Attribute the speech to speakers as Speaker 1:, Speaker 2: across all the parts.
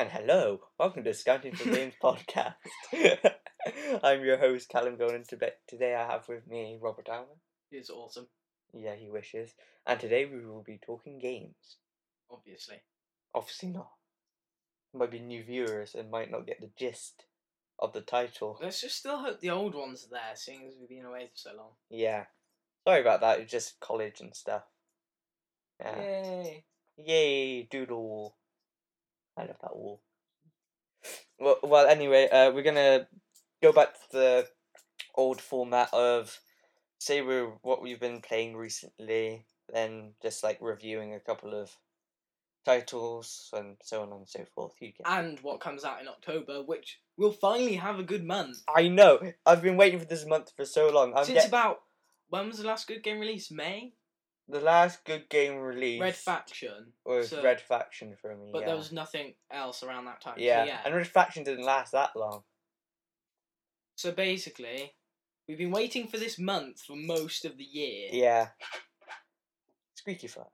Speaker 1: And hello, welcome to Scouting for Games podcast. I'm your host, Callum Golan. Tobe- Today I have with me Robert Allen.
Speaker 2: It's awesome,
Speaker 1: Yeah, he wishes. And today we will be talking games.
Speaker 2: obviously.
Speaker 1: Obviously not. Might be new viewers and might not get the gist of the title.
Speaker 2: Let's just still hope the old ones are there, seeing as we've been away for so long.
Speaker 1: Yeah. Sorry about that, it's just college and stuff. Yeah.
Speaker 2: Yay!
Speaker 1: Yay, doodle. I love that wall. Well, well anyway, uh, we're going to go back to the old format of say we're, what we've been playing recently, then just like reviewing a couple of titles and so on and so forth. You get.
Speaker 2: And what comes out in October, which we'll finally have a good month.
Speaker 1: I know. I've been waiting for this month for so long. I'm
Speaker 2: Since
Speaker 1: get-
Speaker 2: about when was the last good game release? May.
Speaker 1: the last good game release
Speaker 2: Red Faction.
Speaker 1: was
Speaker 2: so-
Speaker 1: Red Faction for me.
Speaker 2: But
Speaker 1: yeah.
Speaker 2: there was nothing else around that time. so
Speaker 1: yeah.
Speaker 2: yeah.
Speaker 1: and Red Faction didn't last that long.
Speaker 2: So basically, we've been waiting for this month for most of the year.
Speaker 1: Yeah. Squeaky flat.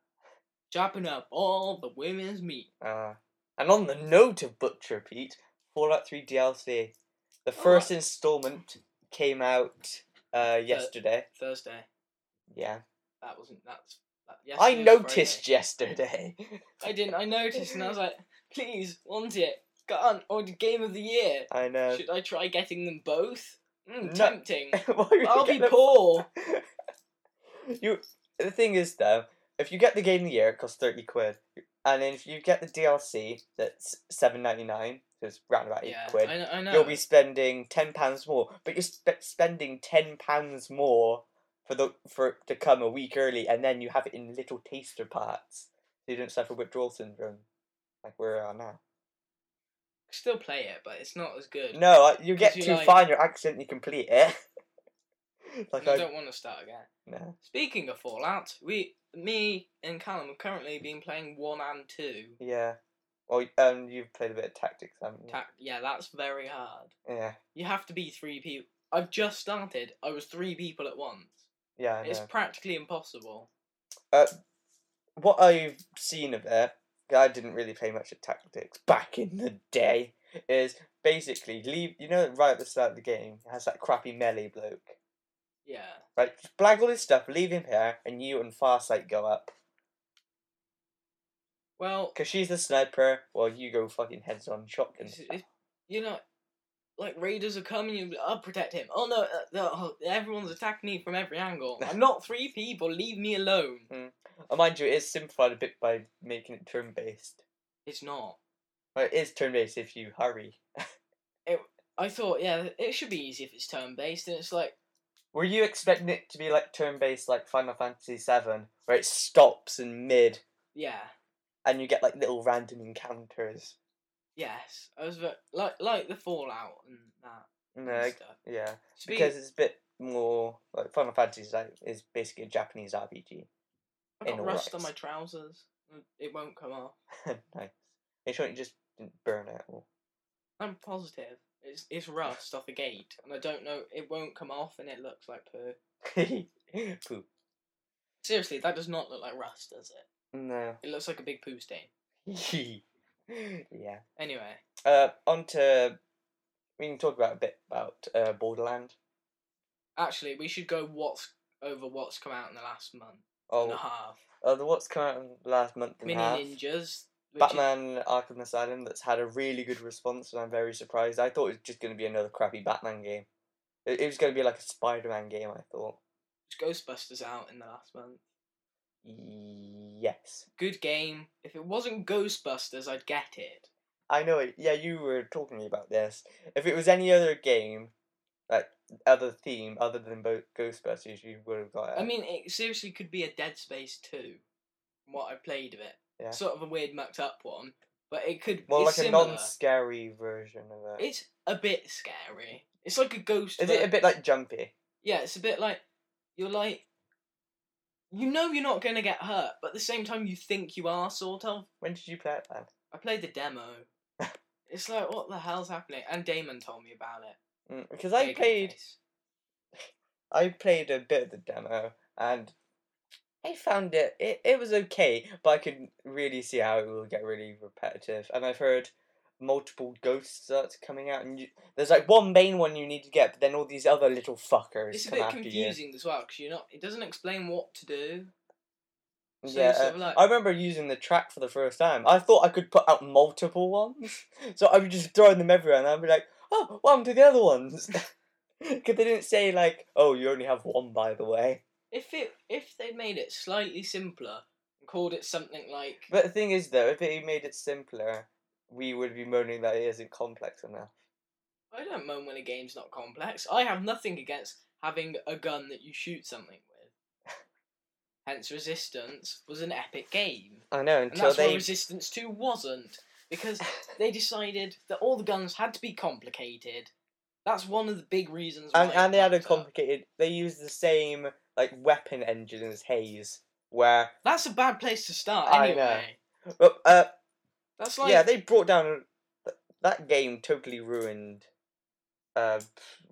Speaker 2: Chopping up all the women's meat.
Speaker 1: Uh, and on the note of Butcher Pete, Fallout 3 DLC, the
Speaker 2: Oh,
Speaker 1: first installment came out uh, yesterday.
Speaker 2: Thursday.
Speaker 1: yeah,
Speaker 2: That wasn't. That's. That,
Speaker 1: I
Speaker 2: yesterday was Friday.
Speaker 1: noticed yesterday.
Speaker 2: I didn't. I noticed, and I was like, please, want it? Can't. Or the game of the year.
Speaker 1: I know.
Speaker 2: Should I try getting them both? Mm,
Speaker 1: No.
Speaker 2: Tempting.
Speaker 1: Why would you
Speaker 2: I'll
Speaker 1: get
Speaker 2: be
Speaker 1: the-
Speaker 2: poor.
Speaker 1: you. The thing is, though, if you get the game of the year, it costs thirty quid, and then if you get the DLC, that's seven ninety nine. So it's round about eight
Speaker 2: Yeah,
Speaker 1: quid.
Speaker 2: I know. I know.
Speaker 1: You'll be spending ten pounds more, but you're sp- spending ten pounds more for the for it to come a week early, and then you have it in little taster parts, so you don't suffer withdrawal syndrome, like we are now.
Speaker 2: Still play it, but it's not as good.
Speaker 1: No, I- you get
Speaker 2: Because you
Speaker 1: too
Speaker 2: like-
Speaker 1: far, and you accidentally complete it. like
Speaker 2: And I
Speaker 1: I,
Speaker 2: don't want to start again.
Speaker 1: no.
Speaker 2: Speaking of Fallout, we, me and Callum are currently been playing one and two.
Speaker 1: yeah. Well, um, you've played a bit of tactics, haven't you?
Speaker 2: Tac- yeah, that's very hard.
Speaker 1: yeah,
Speaker 2: You have to be three people. I've just started. I was three people at once.
Speaker 1: yeah. I
Speaker 2: It's
Speaker 1: know.
Speaker 2: practically impossible.
Speaker 1: What I've seen of it, 'cause I didn't really play much of tactics back in the day. Is basically leave. You know, right at the start of the game, it has that crappy melee bloke.
Speaker 2: Yeah.
Speaker 1: Right, just blag all his stuff, leave him here, and you and Farsight go up.
Speaker 2: Well,
Speaker 1: Cause she's the sniper, while you go fucking heads on shotgun.
Speaker 2: It's- it's- you know, like raiders are coming. You, I'll protect him. Oh no! Uh, no, oh, everyone's attacking me from every angle. I'm not three people. Leave me alone.
Speaker 1: And Uh, mind you, it is simplified a bit by making it turn based.
Speaker 2: It's not.
Speaker 1: Well, it is turn based if you hurry.
Speaker 2: I thought, yeah, it should be easy if it's turn based, and it's like,
Speaker 1: Were you expecting it to be like turn based like Final Fantasy VII, where it stops in mid
Speaker 2: yeah,
Speaker 1: and you get like little random encounters?
Speaker 2: yes. I was ve- like, like the Fallout and that
Speaker 1: No,
Speaker 2: and
Speaker 1: like,
Speaker 2: stuff.
Speaker 1: yeah,
Speaker 2: Speak-
Speaker 1: because it's a bit more like Final Fantasy is like- is basically a Japanese RPG.
Speaker 2: I got
Speaker 1: in all
Speaker 2: rust on
Speaker 1: rights.
Speaker 2: my trousers. It won't come off.
Speaker 1: nice. Make sure you just didn't burn it all.
Speaker 2: I'm positive. It's it's rust off the gate, and I don't know. It won't come off, and it looks like poo.
Speaker 1: Poop.
Speaker 2: Seriously, that does not look like rust, does it?
Speaker 1: No.
Speaker 2: It looks like a big poo stain.
Speaker 1: yeah.
Speaker 2: Anyway,
Speaker 1: Uh, on to we can talk about a bit about uh, Borderland.
Speaker 2: Actually, we should go what's over what's come out in the last month and a
Speaker 1: Oh,
Speaker 2: half.
Speaker 1: uh, the what's come out in the last month and a
Speaker 2: Uh-huh. Mini
Speaker 1: half.
Speaker 2: Ninjas. Which
Speaker 1: Batman Arkham Asylum that's had a really good response, and I'm very surprised. I thought it was just going to be another crappy Batman game. It, it was going to be like a Spider-Man game. I thought.
Speaker 2: Is Ghostbusters out in the last month.
Speaker 1: Yes.
Speaker 2: Good game. If it wasn't Ghostbusters, I'd get it.
Speaker 1: I know it. Yeah, you were talking to me about this. If it was any other game, like other theme other than Bo- Ghostbusters, you would have got it.
Speaker 2: I mean, it seriously could be a Dead Space 2, from what I played of it.
Speaker 1: Yeah.
Speaker 2: Sort of a weird, mucked up one, but it could
Speaker 1: well,
Speaker 2: it's
Speaker 1: like
Speaker 2: similar.
Speaker 1: a non-scary version of it.
Speaker 2: It's a bit scary. It's like a ghost.
Speaker 1: Is it a
Speaker 2: but-
Speaker 1: bit like Jumpy?
Speaker 2: Yeah, it's a bit like you're like. You know you're not gonna get hurt, but at the same time you think you are, sort of.
Speaker 1: When did you play it then?
Speaker 2: I played the demo. it's like what the hell's happening? And Damon told me about it.
Speaker 1: Because Mm, I
Speaker 2: Bacon
Speaker 1: played,
Speaker 2: face.
Speaker 1: I played a bit of the demo, and I found it, it, it was okay, but I could really see how it will get really repetitive. And I've heard multiple ghosts that's coming out, and you, there's like one main one you need to get, but then all these other little fuckers
Speaker 2: It's a
Speaker 1: come
Speaker 2: bit
Speaker 1: after you.
Speaker 2: confusing as well because you're not. It doesn't explain what to do. So you're
Speaker 1: yeah,
Speaker 2: sort
Speaker 1: uh,
Speaker 2: of like-
Speaker 1: I remember using the track for the first time. I thought I could put out multiple ones, so I would just throw them everywhere, and I'd be like, "Oh, what happened to the other ones?" Because they didn't say like, "Oh, you only have one, by the way."
Speaker 2: If it if they made it slightly simpler and called it something like
Speaker 1: But the thing is, though, if it made it simpler, we would be moaning that it isn't complex enough.
Speaker 2: I don't moan when a game's not complex. I have nothing against having a gun that you shoot something with. Hence, Resistance was an epic game.
Speaker 1: I know
Speaker 2: And
Speaker 1: until
Speaker 2: that's why
Speaker 1: they
Speaker 2: Resistance 2 wasn't. Because they decided that all the guns had to be complicated. That's one of the big reasons why.
Speaker 1: and, and they had a
Speaker 2: it ranked up.
Speaker 1: complicated. They used the same like weapon engine as Hayes, where
Speaker 2: That's a bad place to start,
Speaker 1: I
Speaker 2: anyway.
Speaker 1: but uh,
Speaker 2: That's like.
Speaker 1: yeah, they brought down th- that game. Totally ruined uh,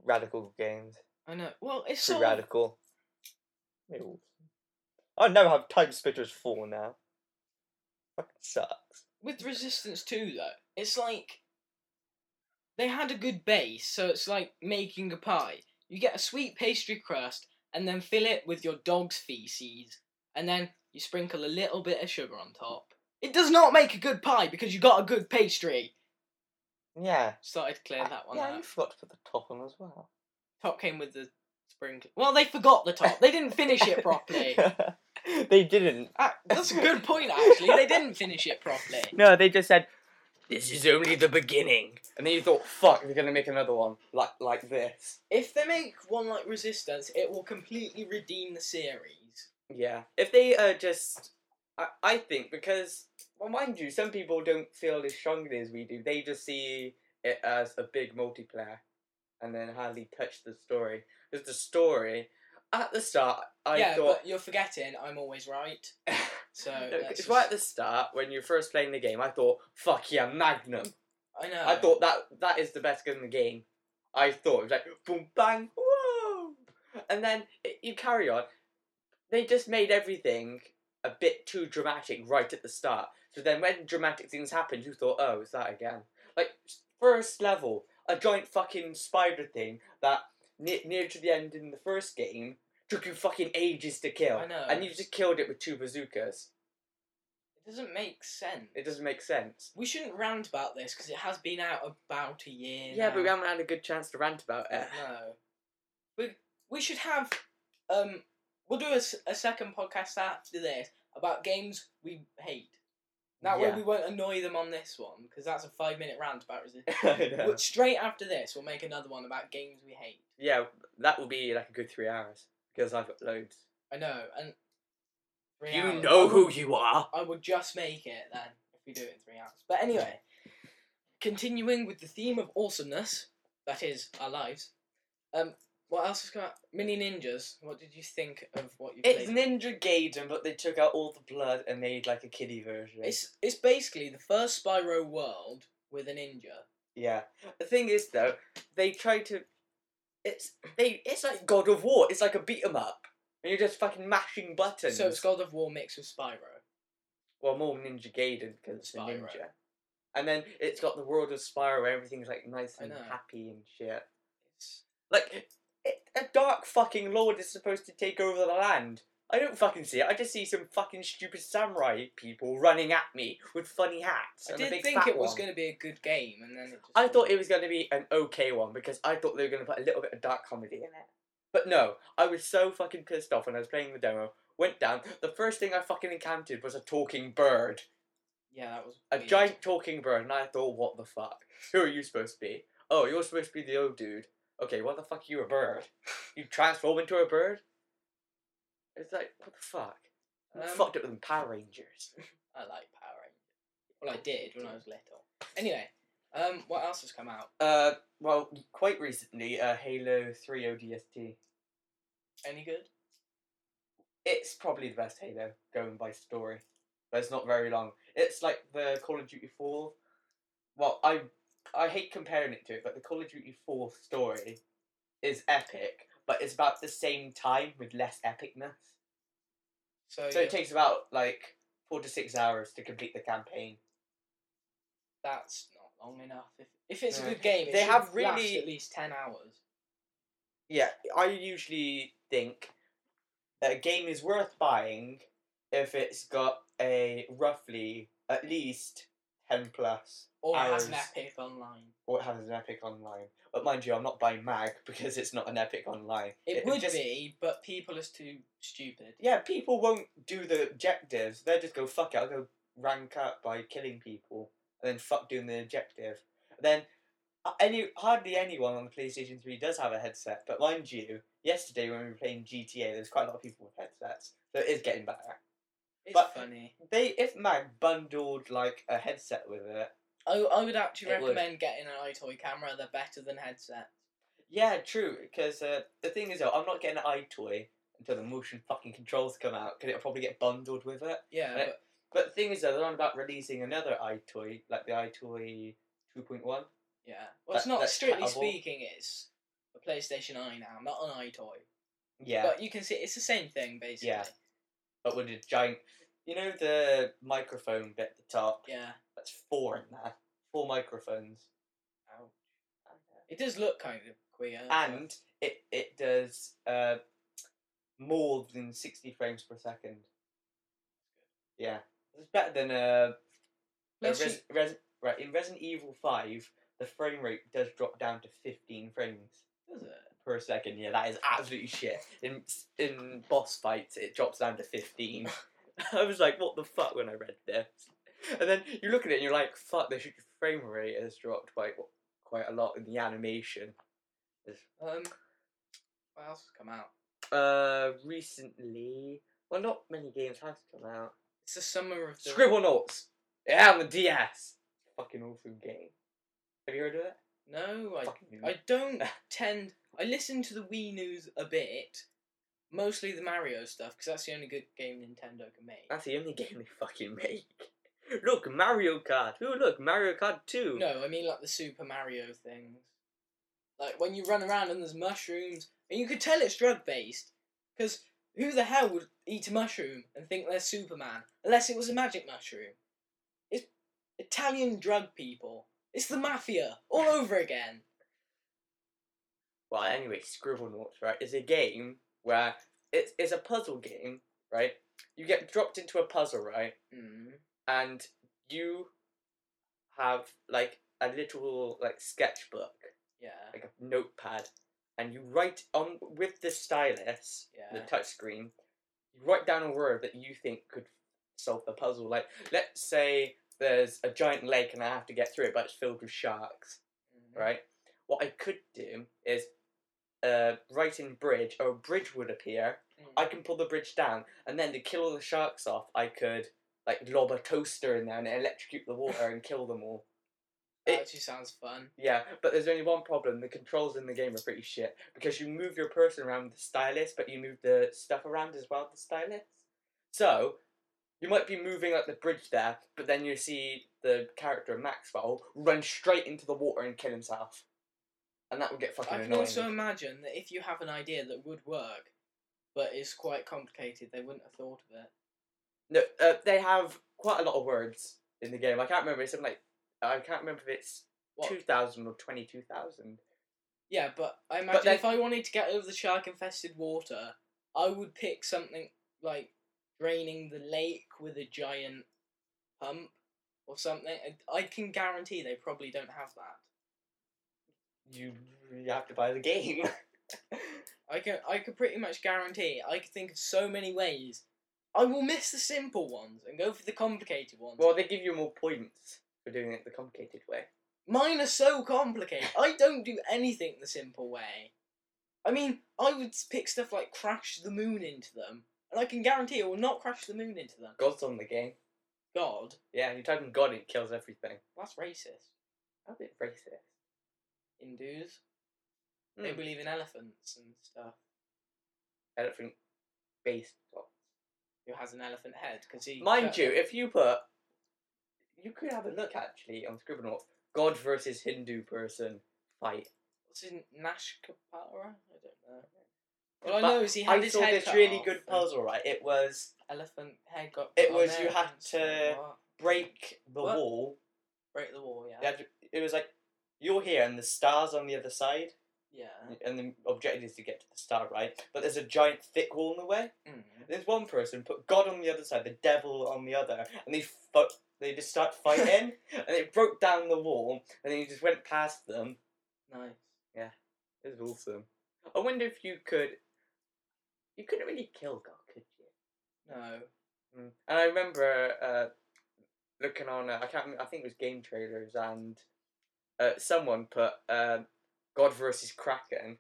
Speaker 1: radical games.
Speaker 2: I know. Well, it's
Speaker 1: Too
Speaker 2: so.
Speaker 1: radical. Ew. I never have time spitters four now. Fucking sucks.
Speaker 2: with Resistance 2 though, it's like they had a good base, so it's like making a pie. You get a sweet pastry crust and then fill it with your dog's feces and then you sprinkle a little bit of sugar on top. It does not make a good pie because you got a good pastry.
Speaker 1: Yeah.
Speaker 2: Started to clear
Speaker 1: I-
Speaker 2: that one
Speaker 1: yeah, you
Speaker 2: out.
Speaker 1: forgot to put the top on as well.
Speaker 2: Top came with the sprinkle. Well, they forgot the top. They didn't finish it properly.
Speaker 1: they didn't.
Speaker 2: Ah, that's a good point actually. They didn't finish it properly.
Speaker 1: No, they just said, "This is only the beginning," and then you thought, "Fuck, they're gonna make another one like like this."
Speaker 2: If they make one like Resistance, it will completely redeem the series.
Speaker 1: Yeah. If they uh, just, I, I think because well, mind you, some people don't feel as strongly as we do. They just see it as a big multiplayer, and then hardly touch the story. Because the story at the start, I
Speaker 2: yeah,
Speaker 1: thought.
Speaker 2: but you're forgetting I'm always right. So
Speaker 1: No,
Speaker 2: that's
Speaker 1: it's
Speaker 2: just-
Speaker 1: right at the start when you're first playing the game. I thought, "Fuck yeah, Magnum!"
Speaker 2: I know.
Speaker 1: I thought that that is the best gun in the game. I thought it was like boom bang whoa, and then it, you carry on. They just made everything a bit too dramatic right at the start. So then when dramatic things happened, you thought, oh, it's that again. Like first level, a giant fucking spider thing that near, near to the end in the first game took you fucking ages to kill,
Speaker 2: I know.
Speaker 1: and you just killed it with two bazookas.
Speaker 2: it doesn't make sense.
Speaker 1: It doesn't make sense.
Speaker 2: We shouldn't rant about this because it has been out about a year.
Speaker 1: Yeah, but we
Speaker 2: now.
Speaker 1: haven't had a good chance to rant about it.
Speaker 2: no. We we should have um we'll do a, s- a second podcast after this about games we hate. That way
Speaker 1: Yeah.
Speaker 2: we won't annoy them on this one because that's a five minute rant about resistance.
Speaker 1: I know.
Speaker 2: But straight after this, we'll make another one about games we hate.
Speaker 1: yeah, that will be like a good three hours because I've got loads.
Speaker 2: I know, and three
Speaker 1: You
Speaker 2: hours.
Speaker 1: know who you are.
Speaker 2: I would just make it then if we do it in three hours. But anyway, continuing with the theme of awesomeness, that is our lives. Um, what else has come out? Mini Ninjas. What did you think of what you
Speaker 1: It's
Speaker 2: played?
Speaker 1: Ninja Gaiden, but they took out all the blood and made like a kiddie version.
Speaker 2: It's it's basically the first Spyro world with a ninja.
Speaker 1: yeah. The thing is though, they try to. It's they. It's like God of War. It's like a beat 'em up, and you're just fucking mashing buttons.
Speaker 2: So it's God of War mixed with Spyro.
Speaker 1: well, more Ninja Gaiden because it's a
Speaker 2: Spyro.
Speaker 1: ninja. And then it's got the world of Spyro where everything's like nice
Speaker 2: I
Speaker 1: and
Speaker 2: know.
Speaker 1: happy and shit.
Speaker 2: It's,
Speaker 1: Like, it, a dark fucking lord is supposed to take over the land. I don't fucking see it. I just see some fucking stupid samurai people running at me with funny hats.
Speaker 2: I
Speaker 1: and a
Speaker 2: did
Speaker 1: big
Speaker 2: think
Speaker 1: fat
Speaker 2: it was
Speaker 1: one.
Speaker 2: going to be a good game, and then it just
Speaker 1: I thought
Speaker 2: wasn't.
Speaker 1: it was going to be an okay one because I thought they were going to put a little bit of dark comedy in it. But no, I was so fucking pissed off when I was playing the demo. Went down. The first thing I fucking encountered was a talking bird.
Speaker 2: yeah that was
Speaker 1: A
Speaker 2: weird.
Speaker 1: giant talking bird, and I thought, what the fuck? Who are you supposed to be? Oh, you're supposed to be the old dude. Okay, what the fuck? You a bird? You transform into a bird? It's like, what the fuck?
Speaker 2: Um,
Speaker 1: fucked up with them Power Rangers.
Speaker 2: I like Power Rangers. Well, I did when I was little. Anyway, um, what else has come out?
Speaker 1: Uh, well, quite recently, uh, Halo 3 ODST.
Speaker 2: Any good?
Speaker 1: It's probably the best Halo, going by story. But it's not very long. It's like the Call of Duty 4. Well, I I hate comparing it to it, but the Call of Duty 4 story is epic, but it's about the same time with less epicness.
Speaker 2: So,
Speaker 1: So
Speaker 2: Oh, yeah,
Speaker 1: it takes about like four to six hours to complete the campaign.
Speaker 2: that's not long enough. If, if it's
Speaker 1: Yeah.
Speaker 2: a good game, it
Speaker 1: They
Speaker 2: should
Speaker 1: have
Speaker 2: last
Speaker 1: really-
Speaker 2: at least ten hours.
Speaker 1: Yeah, I usually think that a game is worth buying if it's got a roughly at least 10 plus
Speaker 2: Or it has an
Speaker 1: Hours.
Speaker 2: epic online.
Speaker 1: or it has an epic online. But mind you, I'm not buying Mag because it's not an epic online.
Speaker 2: It, would
Speaker 1: just-
Speaker 2: be, but people is too stupid.
Speaker 1: Yeah, people won't do the objectives. They'll just go, fuck it, I'll go rank up by killing people. And then fuck doing the objective. Then uh, any hardly anyone on the PlayStation 3 does have a headset. But mind you, yesterday when we were playing GTA, there's quite a lot of people with headsets. So it is getting better.
Speaker 2: It's
Speaker 1: But-
Speaker 2: funny.
Speaker 1: They If Mag bundled like a headset with it,
Speaker 2: I, I would actually
Speaker 1: It would.
Speaker 2: recommend getting an iToy camera. They're better than headsets.
Speaker 1: yeah, true. Because uh, the thing is, though, I'm not getting an iToy until the motion fucking controls come out because it'll probably get bundled with it.
Speaker 2: Yeah,
Speaker 1: Yeah.
Speaker 2: but
Speaker 1: But the thing is, though, they're on about releasing another iToy, like the iToy 2.1.
Speaker 2: yeah. Well, it's
Speaker 1: That-
Speaker 2: not
Speaker 1: that's
Speaker 2: strictly
Speaker 1: compatible.
Speaker 2: speaking. It's a PlayStation Eye now, not an iToy.
Speaker 1: Yeah, but,
Speaker 2: But you can see it's the same thing basically.
Speaker 1: Yeah. with a giant. You know the microphone bit at the top?
Speaker 2: Yeah.
Speaker 1: That's four in there. Four microphones.
Speaker 2: Ouch. It does look kind of queer.
Speaker 1: And it, it does uh, more than 60 frames per second. Yeah. It's better than uh, a. a
Speaker 2: Plus
Speaker 1: Res, Res, right, in Resident Evil 5, the frame rate does drop down to 15 frames.
Speaker 2: you- does it?
Speaker 1: per second. Yeah, that is absolutely shit. In in boss fights, it drops down to fifteen. I was like, what the fuck when I read this, and then you look at it and you're like, fuck, the sh- frame rate has dropped quite quite a lot in the animation.
Speaker 2: Um, what else has come out?
Speaker 1: Uh, recently, well, not many games have come out.
Speaker 2: It's the summer of the.
Speaker 1: Scribblenauts, yeah, on the DS. Fucking awesome game. Have you heard of it?
Speaker 2: No, I
Speaker 1: Fucking
Speaker 2: I don't tend. I listen to the Wii news a bit, mostly the Mario stuff because that's the only good game Nintendo can make.
Speaker 1: That's the only game they fucking make. Look, Mario Kart. Ooh, look, Mario Kart 2.
Speaker 2: No, I mean like the Super Mario things. Like when you run around and there's mushrooms, and you could tell it's drug based, because who the hell would eat a mushroom and think they're Superman unless it was a magic mushroom? It's Italian drug people. It's the mafia all over again.
Speaker 1: Well, anyway, Scribblenauts, right, is a game where it's, it's a puzzle game, right? You get dropped into a puzzle, right?
Speaker 2: Mm.
Speaker 1: And you have like a little like sketchbook,
Speaker 2: Yeah,
Speaker 1: like a notepad, and you write on with the stylus, the
Speaker 2: yeah, Mm,
Speaker 1: touch screen, you write down a word that you think could solve the puzzle. Like, let's say there's a giant lake and I have to get through it, but it's filled with sharks
Speaker 2: Mm.
Speaker 1: right? What I could do is uh, write in bridge, or a bridge would appear.
Speaker 2: Mm.
Speaker 1: I can pull the bridge down, and then to kill all the sharks off, I could like lob a toaster in there and electrocute the water and kill them all.
Speaker 2: That
Speaker 1: it-
Speaker 2: actually sounds fun.
Speaker 1: Yeah, but there's only one problem: the controls in the game are pretty shit because you move your person around with the stylus, but you move the stuff around as well with the stylus. So you might be moving up the bridge there, but then you see the character Maxwell run straight into the water and kill himself, and that would get fucking
Speaker 2: I can
Speaker 1: annoying.
Speaker 2: also imagine that if you have an idea that would work, but is quite complicated, they wouldn't have thought of it.
Speaker 1: No, uh, they have quite a lot of words in the game. I can't remember. It's something like I can't remember if it's
Speaker 2: What?
Speaker 1: two thousand or twenty-two thousand.
Speaker 2: Yeah, but I imagine
Speaker 1: then-
Speaker 2: if I wanted to get over the shark infested water, I would pick something like draining the lake with a giant pump or something. I, I can guarantee they probably don't have that.
Speaker 1: You you have to buy the game.
Speaker 2: I can I could pretty much guarantee I could think of so many ways. I will miss the simple ones and go for the complicated ones.
Speaker 1: Well, they give you more points for doing it the complicated way.
Speaker 2: Mine are so complicated. I don't do anything the simple way. I mean, I would pick stuff like crash the moon into them, and I can guarantee it will not crash the moon into them.
Speaker 1: God's on the game.
Speaker 2: God,
Speaker 1: Yeah, you type in God, it kills everything.
Speaker 2: that's racist.
Speaker 1: That's a bit racist.
Speaker 2: Hindus, they
Speaker 1: Hmm.
Speaker 2: believe in elephants and stuff.
Speaker 1: Elephant based God.
Speaker 2: Who has an elephant head? Because he
Speaker 1: Mind you, if you put. You could have a look actually on Scribblenauts. God versus Hindu person fight.
Speaker 2: what's in Nash Kapara? I don't know. All
Speaker 1: But
Speaker 2: I know is he had
Speaker 1: I
Speaker 2: his
Speaker 1: saw
Speaker 2: head
Speaker 1: this
Speaker 2: cut
Speaker 1: really
Speaker 2: off
Speaker 1: good
Speaker 2: and
Speaker 1: puzzle, right? It was
Speaker 2: Elephant head got.
Speaker 1: It
Speaker 2: put on
Speaker 1: was you
Speaker 2: there
Speaker 1: had
Speaker 2: and it's like,
Speaker 1: to
Speaker 2: what?
Speaker 1: break the
Speaker 2: What?
Speaker 1: wall.
Speaker 2: break the wall. Yeah.
Speaker 1: You had to, it was like you're here and the star's on the other side,
Speaker 2: Yeah.
Speaker 1: and the objective is to get to the star, right? But there's a giant thick wall in the way.
Speaker 2: Mm.
Speaker 1: There's one person put God on the other side, the devil on the other, and they fu- they just start fighting, and it broke down the wall, and then you just went past them.
Speaker 2: Nice.
Speaker 1: It was awesome. I wonder if you could. You couldn't really kill God, could you?
Speaker 2: No.
Speaker 1: Mm. And I remember uh, looking on. Uh, I can't. remem- I think it was game trailers, and uh, someone put uh, God versus Kraken.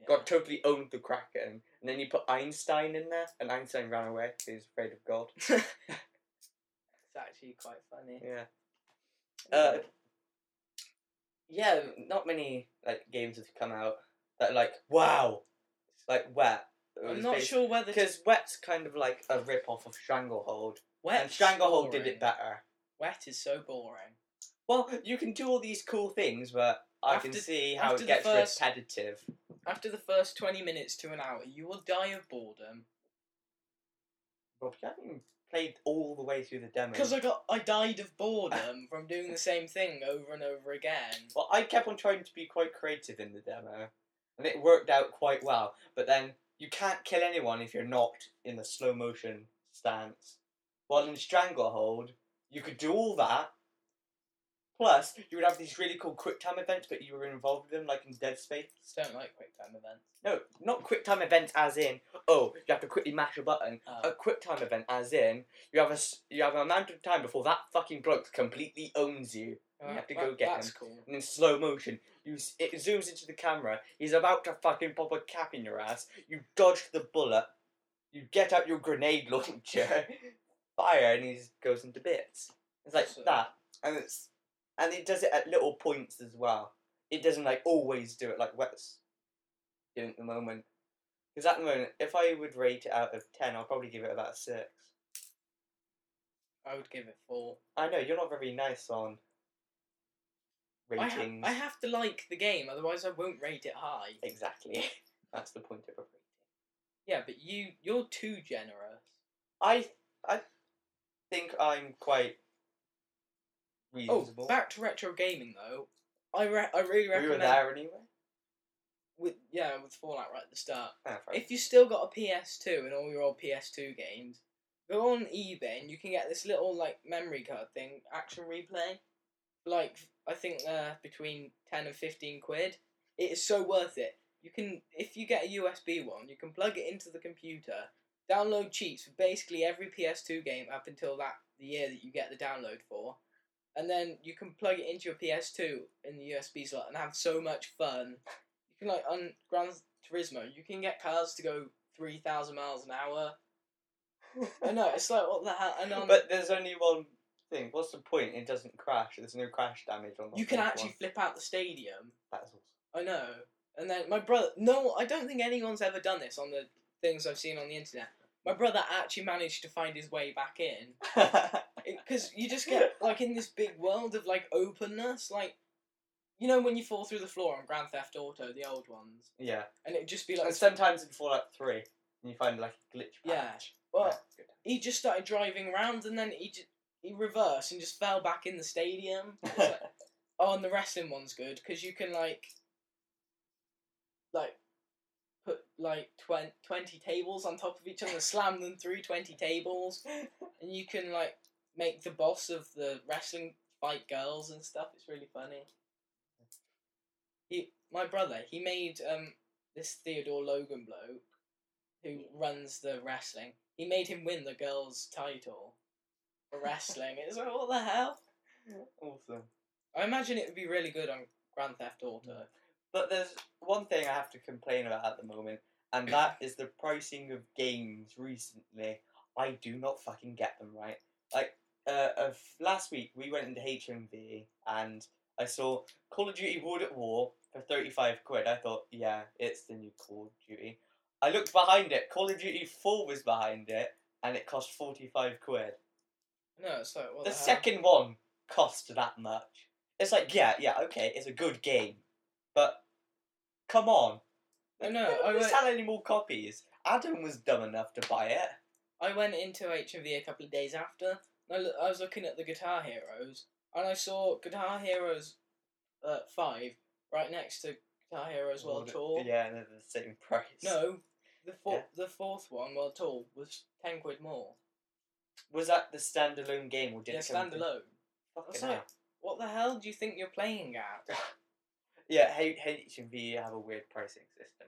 Speaker 2: Yeah.
Speaker 1: God totally owned the Kraken, and then you put Einstein in there, and Einstein ran away. 'cause He was afraid of God.
Speaker 2: It's actually quite funny.
Speaker 1: Yeah. Uh, Yeah, not many like games have come out that like wow, like wet.
Speaker 2: I'm not sure whether to
Speaker 1: because wet's kind of like a rip off of Stranglehold,
Speaker 2: Wet
Speaker 1: and Stranglehold did
Speaker 2: boring.
Speaker 1: it better.
Speaker 2: Wet is so boring.
Speaker 1: Well, you can do all these cool things, but I can
Speaker 2: After-
Speaker 1: see how
Speaker 2: after
Speaker 1: it
Speaker 2: the
Speaker 1: gets
Speaker 2: first-
Speaker 1: repetitive.
Speaker 2: After the first 20 minutes to an hour, you will die of boredom.
Speaker 1: Rob, you haven't even played all the way through the demo.
Speaker 2: Because I got I died of boredom from doing the same thing over and over again.
Speaker 1: Well, I kept on trying to be quite creative in the demo, and it worked out quite well. But then you can't kill anyone if you're not in the slow motion stance. While in Stranglehold, you could do all that. Plus, you would have these really cool quick time events, but you were involved in them, like in Dead Space.
Speaker 2: Don't like quick time events.
Speaker 1: No, not quick time events as in, oh, you have to quickly mash a button. a
Speaker 2: Oh,
Speaker 1: quick time event, as in you have a s- you have an amount of time before that fucking bloke completely owns you.
Speaker 2: well,
Speaker 1: have to
Speaker 2: that-
Speaker 1: go get
Speaker 2: That's
Speaker 1: him.
Speaker 2: cool.
Speaker 1: And in slow motion, you s- it zooms into the camera. He's about to fucking pop a cap in your ass. You dodge the bullet. You get out your grenade launcher, fire, and he s- goes into bits. It's like
Speaker 2: Awesome.
Speaker 1: that, and it's and it does it at little points as well. It doesn't like always do it like what's doing at the moment. Because at the moment, if I would rate it out of ten, I'll probably give it about a six.
Speaker 2: I would give it four.
Speaker 1: I know you're not very nice on
Speaker 2: I, ha-
Speaker 1: ratings.
Speaker 2: I have to like the game, otherwise I won't rate it high.
Speaker 1: exactly. That's the point of a rating.
Speaker 2: Yeah, but you you're too generous.
Speaker 1: I I think I'm quite
Speaker 2: Oh,
Speaker 1: reasonable.
Speaker 2: back to retro gaming though. I re- I really
Speaker 1: we were
Speaker 2: recommend
Speaker 1: there anyway.
Speaker 2: with yeah with Fallout right at the start.
Speaker 1: Ah, fair
Speaker 2: If you still got a PS2 and all your old PS2 games, go on eBay and you can get this little like memory card thing, action replay. Like I think they're between ten and fifteen quid. It is so worth it. You can if you get a USB one, you can plug it into the computer, download cheats for basically every PS2 game up until that the year that you get the download for. And then you can plug it into your PS2 in the USB slot and have so much fun. You can like on Gran Turismo, you can get cars to go three thousand miles an hour. I know it's like what the hell. And on,
Speaker 1: but there's only one thing. What's the point? It doesn't crash. There's no crash damage on the.
Speaker 2: you can
Speaker 1: fourth
Speaker 2: actually
Speaker 1: one.
Speaker 2: flip out the stadium.
Speaker 1: That's awesome.
Speaker 2: I know. And then my brother. No, I don't think anyone's ever done this on the things I've seen on the internet. My brother actually managed to find his way back in because you just get like in this big world of like openness, like. You know when you fall through the floor on Grand Theft Auto, the old ones,
Speaker 1: yeah,
Speaker 2: and it'd just be like
Speaker 1: and sometimes in Fallout Three, and you find like a glitch
Speaker 2: Yeah.
Speaker 1: patch.
Speaker 2: Well,
Speaker 1: That's good.
Speaker 2: he just started driving around and then he just, he reversed and just fell back in the stadium. It's like, oh, and the wrestling one's good because you can like like put like 20, 20 tables on top of each other, and slam them through twenty tables, and you can like make the boss of the wrestling fight girls and stuff. It's really funny. He, my brother, he made um this Theodore Logan bloke who runs the wrestling. He made him win the girls' title for wrestling. It's like, what the hell?
Speaker 1: awesome.
Speaker 2: I imagine it would be really good on Grand Theft Auto.
Speaker 1: Mm. But there's one thing I have to complain about at the moment, and that is the pricing of games recently. I do not fucking get them right. Like, uh, of last week we went into HMV and I saw Call of Duty World at War for 35 quid. I thought, yeah, it's the new Call of Duty. I looked behind it, Call of Duty 4 was behind it, and it cost 45 quid.
Speaker 2: No, it's like, what
Speaker 1: The
Speaker 2: the, hell?
Speaker 1: second one cost that much. It's like, yeah, yeah, okay, it's a good game, but come on.
Speaker 2: I know, I
Speaker 1: We
Speaker 2: went-
Speaker 1: sell any more copies. Adam was dumb enough to buy it.
Speaker 2: I went into HMV a couple of days after. And I, lo- I was looking at the Guitar Heroes, and I saw Guitar Heroes uh, five, right next to Guitar Hero's World Tour.
Speaker 1: Yeah, and they're the same price.
Speaker 2: No, the fourth
Speaker 1: Yeah.
Speaker 2: the fourth one, World Tour, was ten quid more.
Speaker 1: Was that the standalone game or did
Speaker 2: Yeah,
Speaker 1: it come with-
Speaker 2: standalone.
Speaker 1: Fucking
Speaker 2: That's like-
Speaker 1: hell.
Speaker 2: What the hell do you think you're playing at?
Speaker 1: Yeah, H- HMV have a weird pricing system.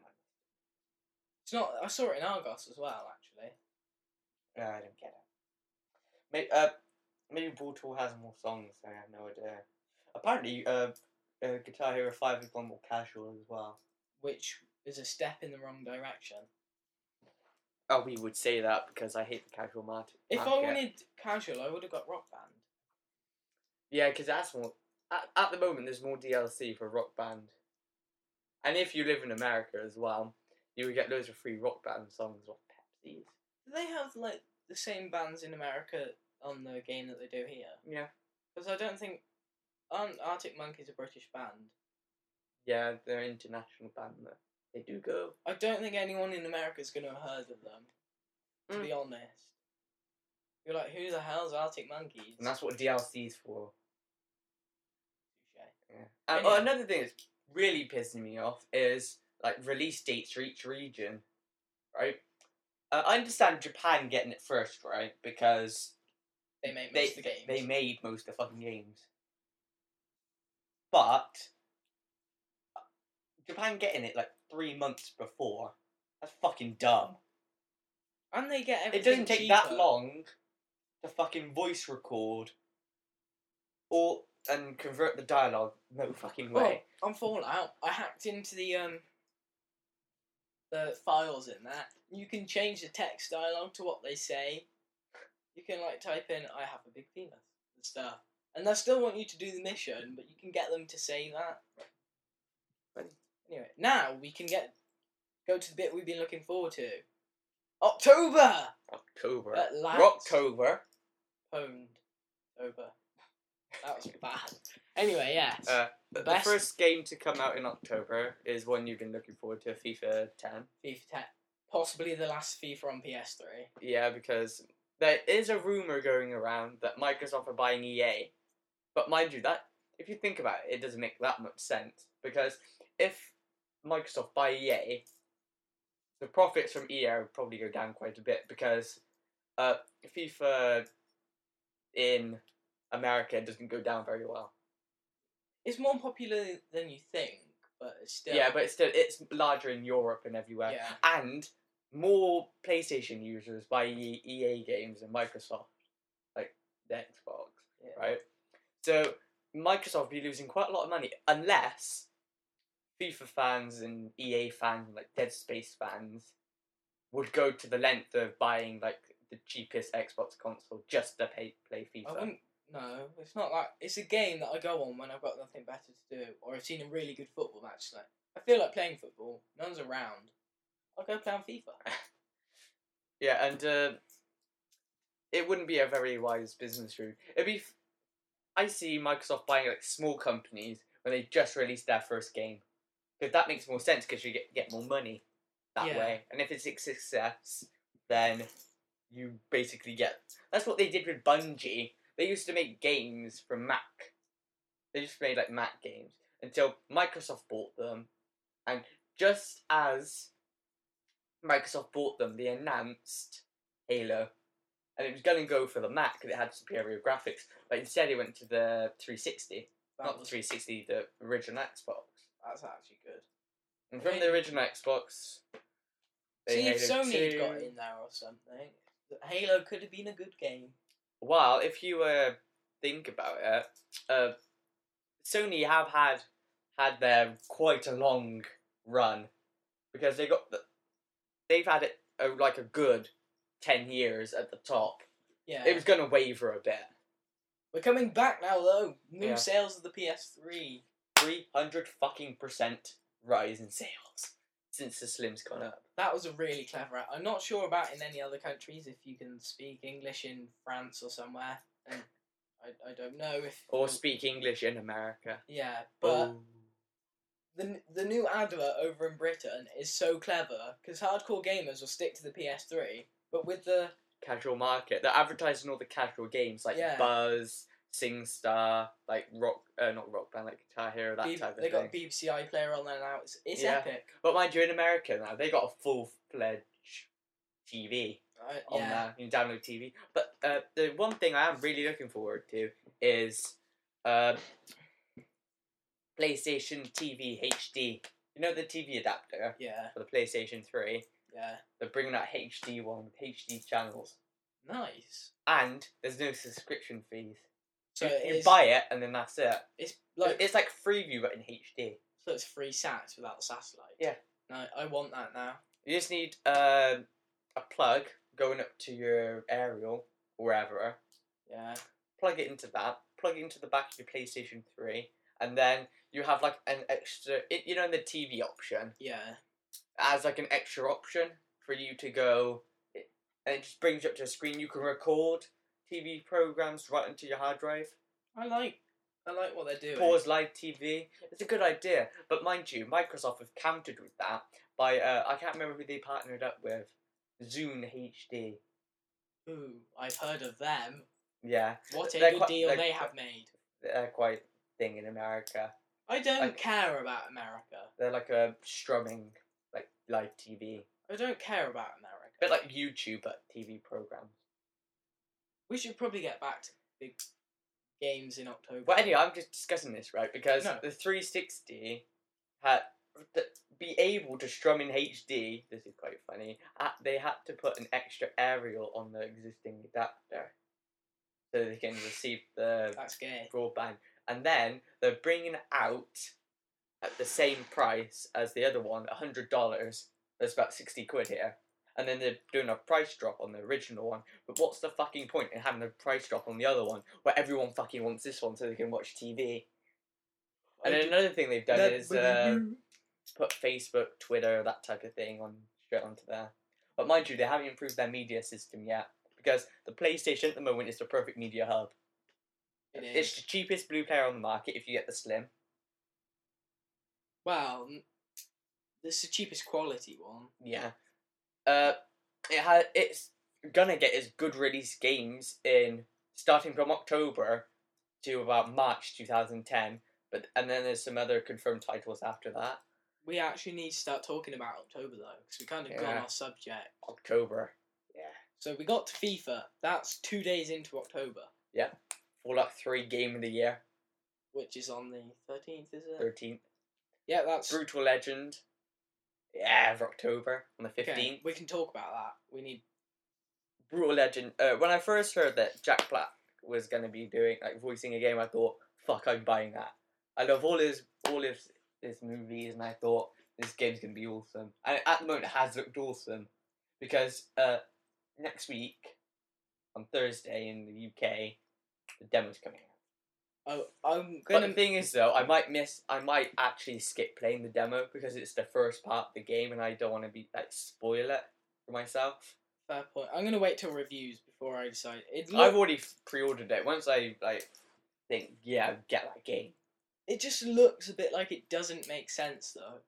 Speaker 2: It's not. I saw it in Argos as well, actually.
Speaker 1: No, I don't get it. Maybe, uh, maybe Ball Tour has more songs. I have no idea. Apparently, uh, uh, Guitar Hero Five has gone more casual as well.
Speaker 2: Which is a step in the wrong direction.
Speaker 1: Oh, we would say that because I hate the casual mart-
Speaker 2: If
Speaker 1: market.
Speaker 2: I wanted casual, I would have got Rock Band.
Speaker 1: yeah, because that's more. At, at the moment, there's more DLC for Rock Band, and if you live in America as well, you would get loads of free Rock Band songs off Pepsi's.
Speaker 2: Do they have like the same bands in America on the game that they do here?
Speaker 1: Yeah.
Speaker 2: Because I don't think aren't Arctic Monkeys a British band?
Speaker 1: Yeah, they're an international band though. They do go.
Speaker 2: I don't think anyone in America's gonna have heard of them. To
Speaker 1: Mm.
Speaker 2: be honest, you're like, who the hell's Arctic Monkeys?
Speaker 1: And that's what DLC is for.
Speaker 2: Touche.
Speaker 1: Uh,
Speaker 2: Yeah.
Speaker 1: oh, another thing that's really pissing me off is like release dates for each region, right? Uh, I understand Japan getting it first, right? Because
Speaker 2: They make
Speaker 1: they
Speaker 2: most of the games.
Speaker 1: they made most of the fucking games, but uh, Japan getting it like three months before. That's fucking dumb.
Speaker 2: and they get
Speaker 1: It
Speaker 2: everything
Speaker 1: doesn't take
Speaker 2: cheaper.
Speaker 1: that long to fucking voice record or and convert the dialogue. No fucking way.
Speaker 2: Well, on Fallout, I hacked into the um the files in there. You can change the text dialogue to what they say. You can like type in "I have a big penis" and stuff, and they still want you to do the mission, but you can get them to say that.
Speaker 1: Right.
Speaker 2: Anyway, now we can get go to the bit we've been looking forward to. October
Speaker 1: October.
Speaker 2: at last.
Speaker 1: Rocktober.
Speaker 2: Pwned. October. That was bad. Anyway, yes.
Speaker 1: Uh, The, the
Speaker 2: Best-
Speaker 1: first game to come out in October is one you've been looking forward to, FIFA 10.
Speaker 2: FIFA 10. Possibly the last FIFA on PS3.
Speaker 1: Yeah, because there is a rumor going around that Microsoft are buying EA. But mind you, that if you think about it, it doesn't make that much sense because if Microsoft buy EA, the profits from EA would probably go down quite a bit because uh, FIFA in America doesn't go down very well.
Speaker 2: It's more popular than you think, but it's still.
Speaker 1: Yeah, but it's still it's larger in Europe and everywhere,
Speaker 2: Yeah.
Speaker 1: and more PlayStation users buy E- EA games than Microsoft, like the Xbox,
Speaker 2: Yeah.
Speaker 1: right? So Microsoft will be losing quite a lot of money unless FIFA fans and EA fans, like Dead Space fans, would go to the length of buying like the cheapest Xbox console just to pay, play
Speaker 2: I
Speaker 1: FIFA.
Speaker 2: wouldn't. No, it's not like. It's a game that I go on when I've got nothing better to do, or I've seen a really good football match tonight. I feel like playing football, no one's around. I'll go play on FIFA.
Speaker 1: Yeah, and uh, it wouldn't be a very wise business move. It'd be. F- I see Microsoft buying like small companies when they just released their first game, because that makes more sense because you get get more money that
Speaker 2: Yeah.
Speaker 1: way. And if it's a success, then you basically get. That's what they did with Bungie. They used to make games from Mac. They just made like Mac games until Microsoft bought them, and just as Microsoft bought them, they announced Halo, and it was going to go for the Mac because it had superior graphics. But instead, it went to the 360,
Speaker 2: That
Speaker 1: not the
Speaker 2: was,
Speaker 1: 360, the original Xbox.
Speaker 2: that's actually good.
Speaker 1: And from the original Xbox,
Speaker 2: See
Speaker 1: they
Speaker 2: if
Speaker 1: Halo
Speaker 2: Sony had
Speaker 1: 2.
Speaker 2: got in there or something. Halo could have been a good game.
Speaker 1: Well, if you uh, think about it, uh, Sony have had had their quite a long run because they got the, they've had it uh, like a good ten years at the top.
Speaker 2: Yeah.
Speaker 1: It was going to waver a bit.
Speaker 2: We're coming back now though. New
Speaker 1: Yeah.
Speaker 2: sales of the PS3.
Speaker 1: Three hundred fucking percent rise in sales since the Slim's gone up.
Speaker 2: That was a really clever. I'm not sure about in any other countries if you can speak English in France or somewhere, and I, I don't know if
Speaker 1: Or speak English in America.
Speaker 2: yeah,
Speaker 1: Oh.
Speaker 2: but the the new advert over in Britain is so clever because hardcore gamers will stick to the PS3, but with the
Speaker 1: casual market. They're advertising all the casual games like
Speaker 2: Yeah.
Speaker 1: Buzz, SingStar, like rock, uh, not rock band, like Guitar Hero, that
Speaker 2: B-
Speaker 1: type of
Speaker 2: they
Speaker 1: thing.
Speaker 2: got BBC iPlayer on there now. It's, it's
Speaker 1: Yeah.
Speaker 2: epic.
Speaker 1: but mind you, in America now, they got a full fledged TV
Speaker 2: Uh,
Speaker 1: on
Speaker 2: yeah.
Speaker 1: there. You can download TV. But uh, the one thing I am really looking forward to is uh, PlayStation TV HD. You know the TV adapter
Speaker 2: Yeah.
Speaker 1: for the PlayStation 3?
Speaker 2: Yeah.
Speaker 1: They're bringing out HD one with HD channels.
Speaker 2: Nice.
Speaker 1: And there's no subscription fees.
Speaker 2: So
Speaker 1: you, you
Speaker 2: it's,
Speaker 1: buy it and then that's it.
Speaker 2: it's
Speaker 1: Like,
Speaker 2: like
Speaker 1: it's like Freeview but in HD.
Speaker 2: so it's free sats without satellite.
Speaker 1: Yeah.
Speaker 2: No, I want that now.
Speaker 1: You just need um a plug going up to your aerial, wherever.
Speaker 2: Yeah.
Speaker 1: Plug it into that. Plug it into the back of your PlayStation Three, and then you have like an extra. It, you know, in the TV option,
Speaker 2: Yeah.
Speaker 1: as like an extra option for you to go, it, and it just brings you up to a screen. You can record TV programs right into your hard drive.
Speaker 2: I like I like what they're doing.
Speaker 1: Pause live TV. It's a good idea, but mind you, Microsoft have countered with that by uh, I can't remember who they partnered up with, Zune HD.
Speaker 2: Ooh, I've heard of them.
Speaker 1: Yeah,
Speaker 2: What a
Speaker 1: They're
Speaker 2: good
Speaker 1: quite-
Speaker 2: deal
Speaker 1: they're-
Speaker 2: they have made.
Speaker 1: they're quite thing in America.
Speaker 2: I don't
Speaker 1: like-
Speaker 2: care about America.
Speaker 1: They're like a strumming like live TV,
Speaker 2: I don't care about America.
Speaker 1: a bit like YouTube but TV program.
Speaker 2: we should probably get back to big games in October.
Speaker 1: But anyway, I'm just discussing this right because
Speaker 2: No.
Speaker 1: the 360 had to be able to strum in HD. This is quite funny. uh, They had to put an extra aerial on the existing adapter so they can receive the
Speaker 2: That's gay.
Speaker 1: broadband, and then they're bringing out at the same price as the other one, hundred dollars. That's about sixty quid here, and then they're doing a price drop on the original one. But what's the fucking point in having a price drop on the other one, where everyone fucking wants this one so they can watch TV? And then another thing they've done is uh, put Facebook, Twitter, that type of thing on straight onto there. But mind you, they haven't improved their media system yet because the PlayStation at the moment is the perfect media hub.
Speaker 2: It
Speaker 1: It's
Speaker 2: is.
Speaker 1: the cheapest blue player on the market if you get the slim.
Speaker 2: Well, n- this is the cheapest quality one.
Speaker 1: Yeah. Uh, it ha- it's gonna get its good release games in starting from October to about March 2010, but and then there's some other confirmed titles after that.
Speaker 2: We actually need to start talking about October though, because we kind of gone
Speaker 1: Yeah.
Speaker 2: off subject.
Speaker 1: October. Yeah.
Speaker 2: So we got to FIFA. That's two days into October,
Speaker 1: Fallout 3 game of the year,
Speaker 2: which is on the thirteenth, is it?
Speaker 1: 13th.
Speaker 2: Yeah, that's
Speaker 1: Brutal Legend. Yeah, for October on the 15th.
Speaker 2: okay, We can talk about that. We need.
Speaker 1: Brutal Legend. Uh, when I first heard that Jack Black was gonna be doing like voicing a game, I thought, "Fuck, I'm buying that." I love all his all his his movies, and I thought this game's gonna be awesome. And at the moment, it has looked awesome because uh, next week on Thursday in the UK, the demo's coming out.
Speaker 2: Oh, I'm
Speaker 1: But
Speaker 2: gonna.
Speaker 1: the thing is, though, I might miss. I might actually skip playing the demo because it's the first part of the game, and I don't want to be like spoil it for myself.
Speaker 2: fair point. I'm gonna wait till reviews before I decide. It
Speaker 1: I've
Speaker 2: look,
Speaker 1: already f- pre-ordered it. Once I like think, yeah, I'll get that game.
Speaker 2: it just looks a bit like it doesn't make sense though.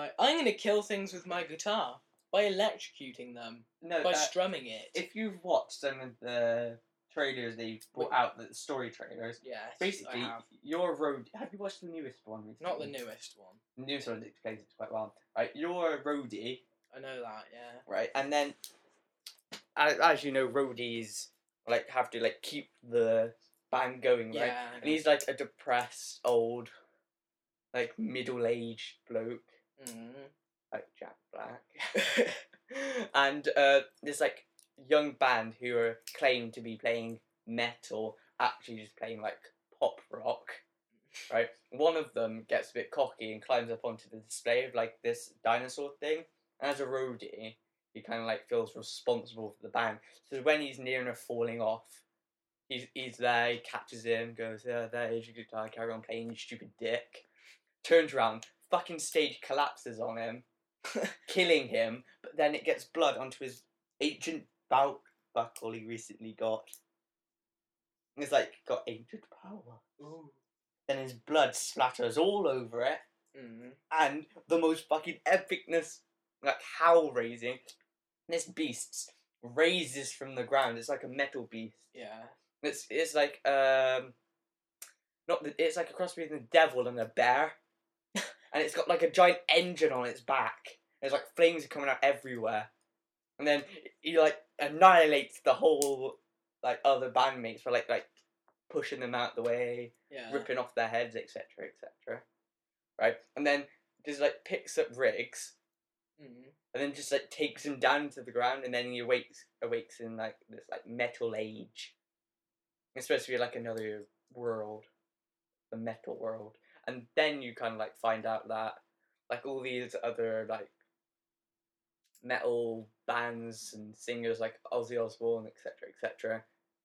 Speaker 2: Like I'm gonna kill things with my guitar by electrocuting them
Speaker 1: No,
Speaker 2: by
Speaker 1: uh,
Speaker 2: strumming it.
Speaker 1: if you've watched some of the trailers they put out, the story trailers,
Speaker 2: yeah, I
Speaker 1: basically
Speaker 2: have.
Speaker 1: your road. Have you watched the newest one? Recently?
Speaker 2: Not the newest one.
Speaker 1: The newest one explains it quite well. Right, you're a roadie,
Speaker 2: I know that. Yeah.
Speaker 1: right, and then as, as you know, roadies like have to like keep the band going, right?
Speaker 2: Yeah. I
Speaker 1: And he's Mm, like a depressed old, like middle-aged bloke.
Speaker 2: know. Mhm.
Speaker 1: like Jack Black, and uh, this like young band who are claimed to be playing metal, actually just playing like pop rock. Right, one of them gets a bit cocky and climbs up onto the display of like this dinosaur thing. And as a roadie, he kind of like feels responsible for the band. So when he's near enough falling off, he's he's there. He catches him, goes, "Yeah, there is your guitar. Carry on playing, you stupid dick." Turns around, fucking stage collapses on him killing him, but then it gets blood onto his ancient belt buckle he recently got. It's like got ancient power.
Speaker 2: Ooh.
Speaker 1: Then his blood splatters all over it,
Speaker 2: Mhm.
Speaker 1: and the most fucking epicness, like howl raising. This beast raises from the ground. It's like a metal beast
Speaker 2: Yeah.
Speaker 1: It's it's like um, not the, it's like a cross between the devil and a bear, and it's got like a giant engine on its back. There's like flames coming out everywhere, and then he like annihilates the whole like other bandmates for like like pushing them out the way
Speaker 2: Yeah.
Speaker 1: ripping off their heads, etc., etc. Right, and then just like picks up Riggs,
Speaker 2: Mhm.
Speaker 1: and then just like takes him down to the ground, and then he awakes, awakes in like this like metal age. It's supposed to be like another world, the metal world, and then you kind of like find out that like all these other like metal bands and singers like Ozzy Osbourne, etc., etc.,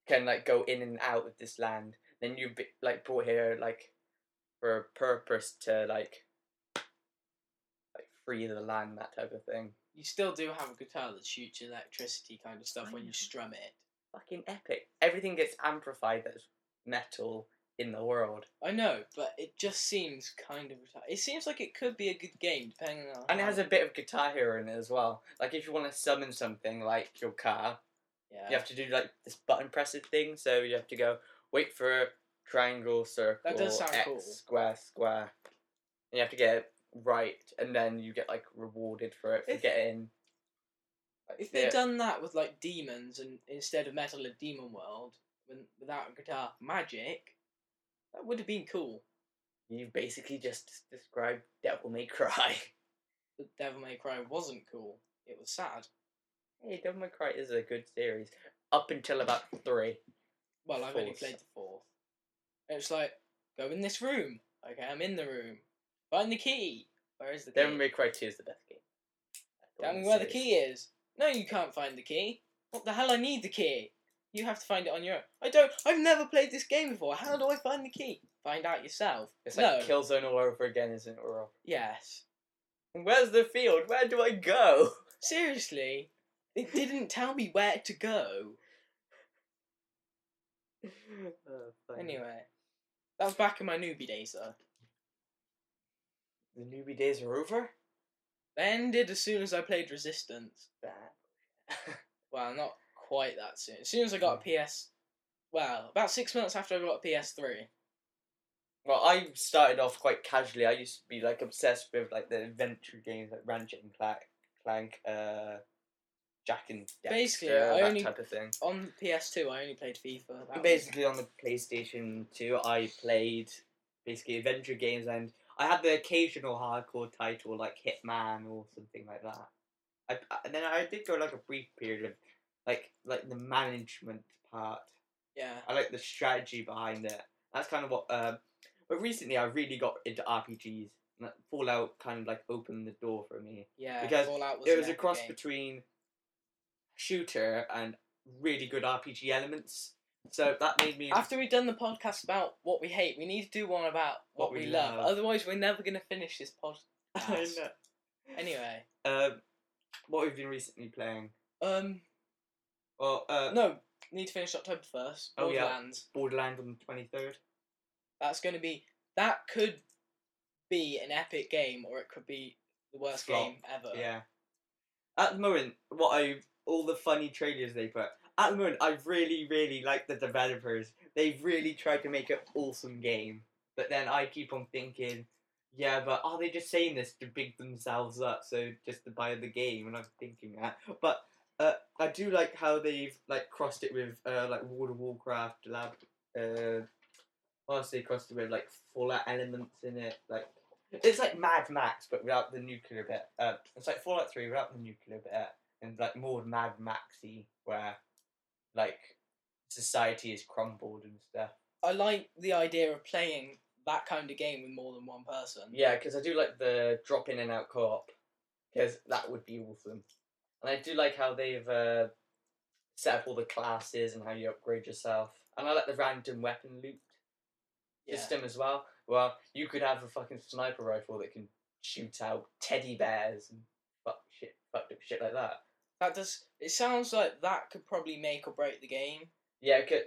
Speaker 1: can like go in and out of this land. Then you be, like brought here like for a purpose to like like free the land, that type of thing.
Speaker 2: You still do have a guitar that shoots electricity kind of stuff
Speaker 1: I
Speaker 2: when you
Speaker 1: know.
Speaker 2: strum it.
Speaker 1: Fucking epic! Everything gets amplified that's metal in the world,
Speaker 2: I know, but it just seems kind of retarded. It seems like it could be a good game, depending on.
Speaker 1: and it
Speaker 2: how-
Speaker 1: has a bit of Guitar Hero in it as well. Like if you want to summon something like your car,
Speaker 2: Yeah.
Speaker 1: you have to do like this button pressing thing. So you have to go wait for triangle, circle,
Speaker 2: sound
Speaker 1: X,
Speaker 2: cool.
Speaker 1: square, square. And you have to get it right, and then you get like rewarded for it for
Speaker 2: If-
Speaker 1: getting. Like,
Speaker 2: If they'd
Speaker 1: the-
Speaker 2: done that with like demons and instead of metal and demon world, when, without a guitar, magic, that would have been cool.
Speaker 1: you basically just described Devil May Cry.
Speaker 2: But Devil May Cry wasn't cool. It was sad.
Speaker 1: hey, Devil May Cry is a good series up until about three.
Speaker 2: Well, I've only
Speaker 1: Fourth.
Speaker 2: played the fourth. It's like go in this room. Okay, I'm in the room. Find the key. Where is the key?
Speaker 1: Devil May Cry Two is the best game.
Speaker 2: Tell me where the key is. No, you can't find the key. What the hell? I need the key. You have to find it on your own. I don't. I've never played this game before. How do I find the key? Find out yourself.
Speaker 1: It's
Speaker 2: no.
Speaker 1: like Killzone all over again, isn't it? Rob?
Speaker 2: yes.
Speaker 1: Where's the field? Where do I go?
Speaker 2: Seriously, it didn't tell me where to go.
Speaker 1: Oh,
Speaker 2: Anyway, that was back in my newbie days though.
Speaker 1: the newbie days are over.
Speaker 2: They ended as soon as I played Resistance.
Speaker 1: That.
Speaker 2: Well, not quite that soon. As soon as I
Speaker 1: Hmm.
Speaker 2: got a PS, well, about six months after I got a PS3.
Speaker 1: Well, I started off quite casually. I used to be like obsessed with like the adventure games, like Ratchet and Clank, Clank, uh, Jack and Dexter,
Speaker 2: Basically, I
Speaker 1: that
Speaker 2: only-
Speaker 1: type of thing.
Speaker 2: On the PS2, I only played FIFA. That was-
Speaker 1: basically on the PlayStation 2, I played basically adventure games and I had the occasional hardcore title like Hitman or something like that. I, I- and then I did go like a brief period of like like the management part.
Speaker 2: yeah.
Speaker 1: I like the strategy behind it. That's kind of what. Um, but recently, I really got into RPGs. And that Fallout kind of like opened the door for me.
Speaker 2: Yeah,
Speaker 1: Because
Speaker 2: Fallout was
Speaker 1: it
Speaker 2: an
Speaker 1: was a
Speaker 2: epic
Speaker 1: cross
Speaker 2: game.
Speaker 1: between shooter and really good RPG elements. So that made me.
Speaker 2: After we've done the podcast about what we hate, we need to do one about what, we, love. Otherwise, we're never going to finish this podcast. anyway,
Speaker 1: Um, what have you been recently playing?
Speaker 2: um,
Speaker 1: Well, uh,
Speaker 2: no, need to finish October 1st.
Speaker 1: Oh, yeah.
Speaker 2: Borderlands.
Speaker 1: Borderlands on the twenty third.
Speaker 2: That's going to be. That could be an epic game, or it could be the worst
Speaker 1: Flop.
Speaker 2: game ever.
Speaker 1: Yeah. At the moment, what I all the funny trailers they put. At the moment, I really, really like the developers. They've really tried to make an awesome game, but then I keep on thinking, yeah, but are they just saying this to big themselves up so just to buy the game? And I'm thinking that, but. Uh, I do like how they've like crossed it with uh, like World of Warcraft lab. Uh, whilst they crossed it with like Fallout elements in it, like it's like Mad Max, but without the nuclear bit. Uh, it's like Fallout Three without the nuclear bit, and like more Mad Maxy, where like society is crumbled and stuff.
Speaker 2: I like the idea of playing that kind of game with more than one person.
Speaker 1: Yeah, because I do like the drop in and out co-op, because that would be awesome. And I do like how they've uh, set up all the classes and how you upgrade yourself. And I like the random weapon loot
Speaker 2: Yeah.
Speaker 1: system as well. Well, you could have a fucking sniper rifle that can shoot out teddy bears and fuck shit, fucked up shit like that.
Speaker 2: That does. It sounds like that could probably make or break the game.
Speaker 1: Yeah, it could,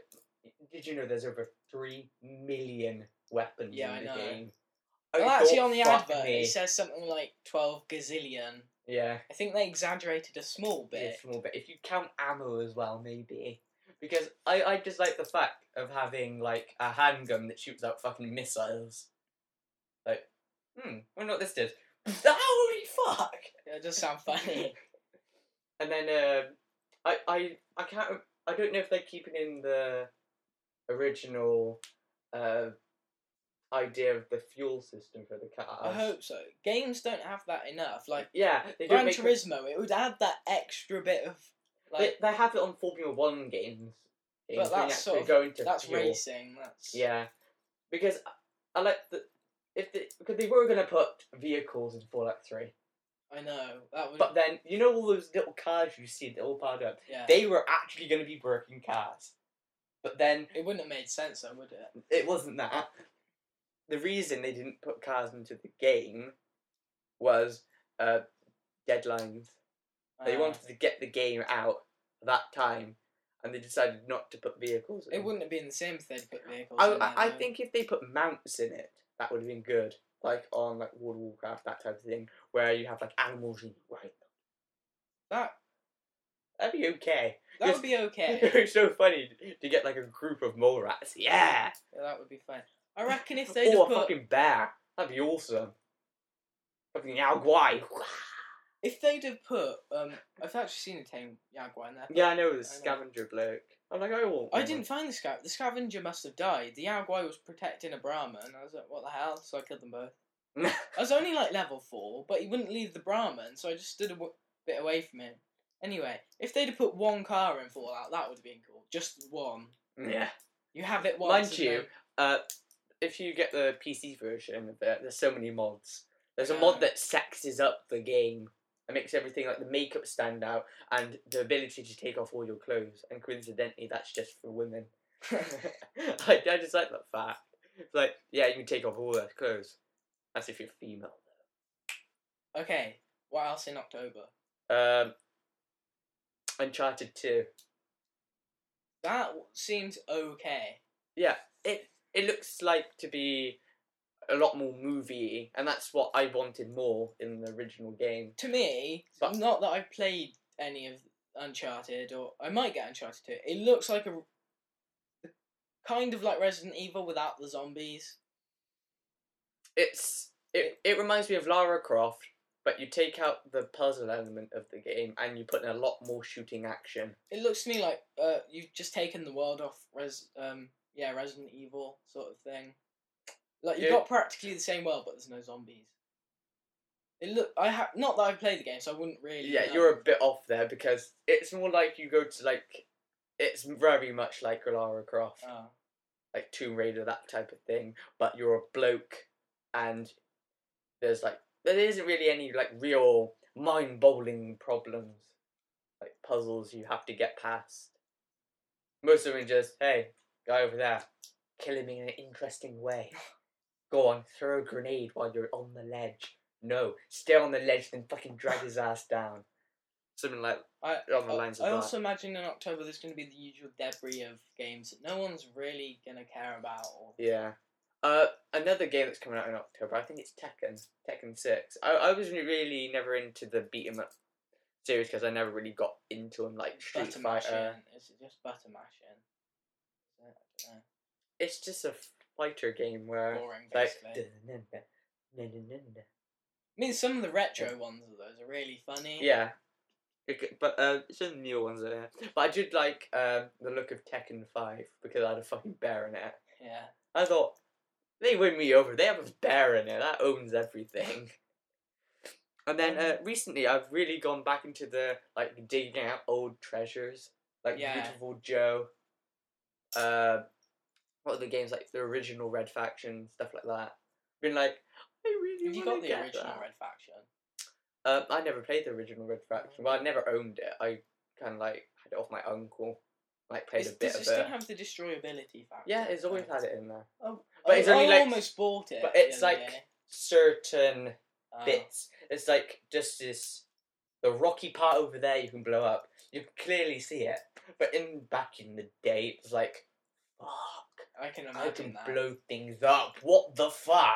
Speaker 1: did you know there's over three million weapons
Speaker 2: Yeah, I
Speaker 1: in the
Speaker 2: know.
Speaker 1: game?
Speaker 2: Well,
Speaker 1: I
Speaker 2: actually,
Speaker 1: thought,
Speaker 2: on the
Speaker 1: fuck
Speaker 2: advert,
Speaker 1: me.
Speaker 2: it says something like 12 gazillion.
Speaker 1: yeah,
Speaker 2: I think they exaggerated a small
Speaker 1: yeah,
Speaker 2: bit.
Speaker 1: small bit. If you count ammo as well, maybe. Because I, I just like the fact of having like a handgun that shoots out fucking missiles. Like, hmm, wonder what this did. Holy fuck!
Speaker 2: Yeah, it does sound funny.
Speaker 1: And then uh, I I I can't rem- I don't know if they're keeping in the original uh, idea of the fuel system for the cars.
Speaker 2: I hope so. Games don't have that enough. Like
Speaker 1: Yeah, they don't
Speaker 2: Gran
Speaker 1: make.
Speaker 2: Turismo, it would add that extra bit of
Speaker 1: They,
Speaker 2: like
Speaker 1: they have it on Formula One games. games when you
Speaker 2: that's
Speaker 1: actually
Speaker 2: sort of-
Speaker 1: go into
Speaker 2: that's
Speaker 1: fuel.
Speaker 2: racing. That's
Speaker 1: Yeah, because I, I like the if they, because they were gonna put vehicles in Fallout Three,
Speaker 2: I know that would.
Speaker 1: but then you know all those little cars you see, the all powered up,
Speaker 2: yeah,
Speaker 1: they were actually gonna be working cars, but then
Speaker 2: it wouldn't have made sense though, would it?
Speaker 1: it wasn't that. The reason they didn't put cars into the game was uh, deadlines. They
Speaker 2: Uh,
Speaker 1: wanted to get the game out at that time, and they decided not to put vehicles.
Speaker 2: It
Speaker 1: in.
Speaker 2: wouldn't have been the same if they'd put vehicles.
Speaker 1: I,
Speaker 2: in there,
Speaker 1: I, I
Speaker 2: though.
Speaker 1: think if they put mounts in it, that would have been good. Like on like World of Warcraft, that type of thing, where you have like animals and you ride them.
Speaker 2: that
Speaker 1: That'd be okay.
Speaker 2: that
Speaker 1: Yes.
Speaker 2: would be okay.
Speaker 1: it was so funny to get like a group of mole rats. Yeah.
Speaker 2: Yeah, that would be fine. I reckon if they'd
Speaker 1: Or
Speaker 2: have
Speaker 1: a
Speaker 2: put
Speaker 1: fucking bear. That'd be awesome. Fucking Alguai.
Speaker 2: if they'd have put um, I've actually seen a tame jaguar in there.
Speaker 1: yeah, I know the
Speaker 2: I know.
Speaker 1: scavenger bloke. I'm like, I want.
Speaker 2: I
Speaker 1: one.
Speaker 2: didn't find the scav. The scavenger must have died. The jaguar was protecting a Brahma, and I was like, "What the hell?" So I killed them both. I was only like level four, but he wouldn't leave the Brahman, so I just stood a w- bit away from him. Anyway, if they'd have put one car in Fallout, that would have been cool. Just one.
Speaker 1: yeah.
Speaker 2: You have it once.
Speaker 1: Mind
Speaker 2: and
Speaker 1: you,
Speaker 2: then-
Speaker 1: Mm. uh, if you get the PC version of it, there's so many mods. There's a
Speaker 2: Yeah.
Speaker 1: mod that sexes up the game and makes everything like the makeup stand out and the ability to take off all your clothes. And coincidentally, that's just for women. I, I just like that fact. It's like, yeah, you can take off all their clothes. That's if you're female.
Speaker 2: Okay, what else in October?
Speaker 1: Um, Uncharted 2.
Speaker 2: That w- seems okay.
Speaker 1: it it looks like to be a lot more movie, and that's what I wanted more in the original game.
Speaker 2: To me,
Speaker 1: But-
Speaker 2: not that I've played any of Uncharted, or I might get Uncharted 2. It looks like a. Kind of like Resident Evil without the zombies.
Speaker 1: It's it, it reminds me of Lara Croft, but you take out the puzzle element of the game and you put in a lot more shooting action.
Speaker 2: It looks to me like uh, you've just taken the world off Res, um, yeah, Resident Evil sort of thing. Like you've
Speaker 1: Yeah.
Speaker 2: got practically the same world, but there's no zombies. It look, I have not that I've played the game, so I wouldn't really.
Speaker 1: Yeah,
Speaker 2: know. Uh,
Speaker 1: you're a bit off there because it's more like you go to like it's very much like Lara Croft,
Speaker 2: Oh.
Speaker 1: like Tomb Raider, that type of thing. But you're a bloke, and there's like there isn't really any like real mind-boggling problems, like puzzles you have to get past. Most of them are just hey, guy over there, kill him in an interesting way. Go on, throw a grenade while you're on the ledge. No, stay on the ledge, then fucking drag his ass down. Something like
Speaker 2: I,
Speaker 1: on the
Speaker 2: I-
Speaker 1: lines
Speaker 2: I
Speaker 1: of
Speaker 2: also imagine in October there's going to be the usual debris of games that no one's really going to care about. Or,
Speaker 1: Yeah. Uh, another game that's coming out in October, I think it's Tekken, Tekken 6. I, I was really never into the beat 'em up series because I never really got into them, like Street
Speaker 2: butter mashing.
Speaker 1: Fighter.
Speaker 2: Is it just butter mashing? I don't know.
Speaker 1: It's just a fighter game where,
Speaker 2: Boring,
Speaker 1: Uh, like,
Speaker 2: basically.
Speaker 1: dun-dun-dun-dun-dun-dun-dun.
Speaker 2: I mean, some of the retro ones of those are really funny.
Speaker 1: yeah. Okay, But uh, some new ones are there. But I did like um, the look of Tekken 5 because I had a fucking bear in it.
Speaker 2: Yeah.
Speaker 1: I thought they win me over. They have a bear in it that owns everything. And then uh, recently, I've really gone back into the like digging out old treasures, like
Speaker 2: Yeah.
Speaker 1: Beautiful Joe. Uh, what are the games like the original Red Faction stuff like that? Been like, I really.
Speaker 2: Have you
Speaker 1: wanna
Speaker 2: got the
Speaker 1: get
Speaker 2: original
Speaker 1: that.
Speaker 2: Red Faction?
Speaker 1: Um, I never played the original Red Faction. Well, I never owned it. I kind of like had it off my uncle. Like played
Speaker 2: Is-
Speaker 1: a bit
Speaker 2: does
Speaker 1: of
Speaker 2: it still
Speaker 1: it.
Speaker 2: have the destroyability factor?
Speaker 1: yeah, it's always had it in there.
Speaker 2: Oh,
Speaker 1: but
Speaker 2: I,
Speaker 1: it's only
Speaker 2: I
Speaker 1: like-
Speaker 2: almost bought it.
Speaker 1: but
Speaker 2: the
Speaker 1: it's
Speaker 2: other
Speaker 1: like
Speaker 2: day.
Speaker 1: Certain
Speaker 2: Oh.
Speaker 1: bits. It's like just this the rocky part over there you can blow up. You can clearly see it. But in back in the day it was like fuck
Speaker 2: I can
Speaker 1: I
Speaker 2: imagine
Speaker 1: can
Speaker 2: that.
Speaker 1: blow things up. What the fuck?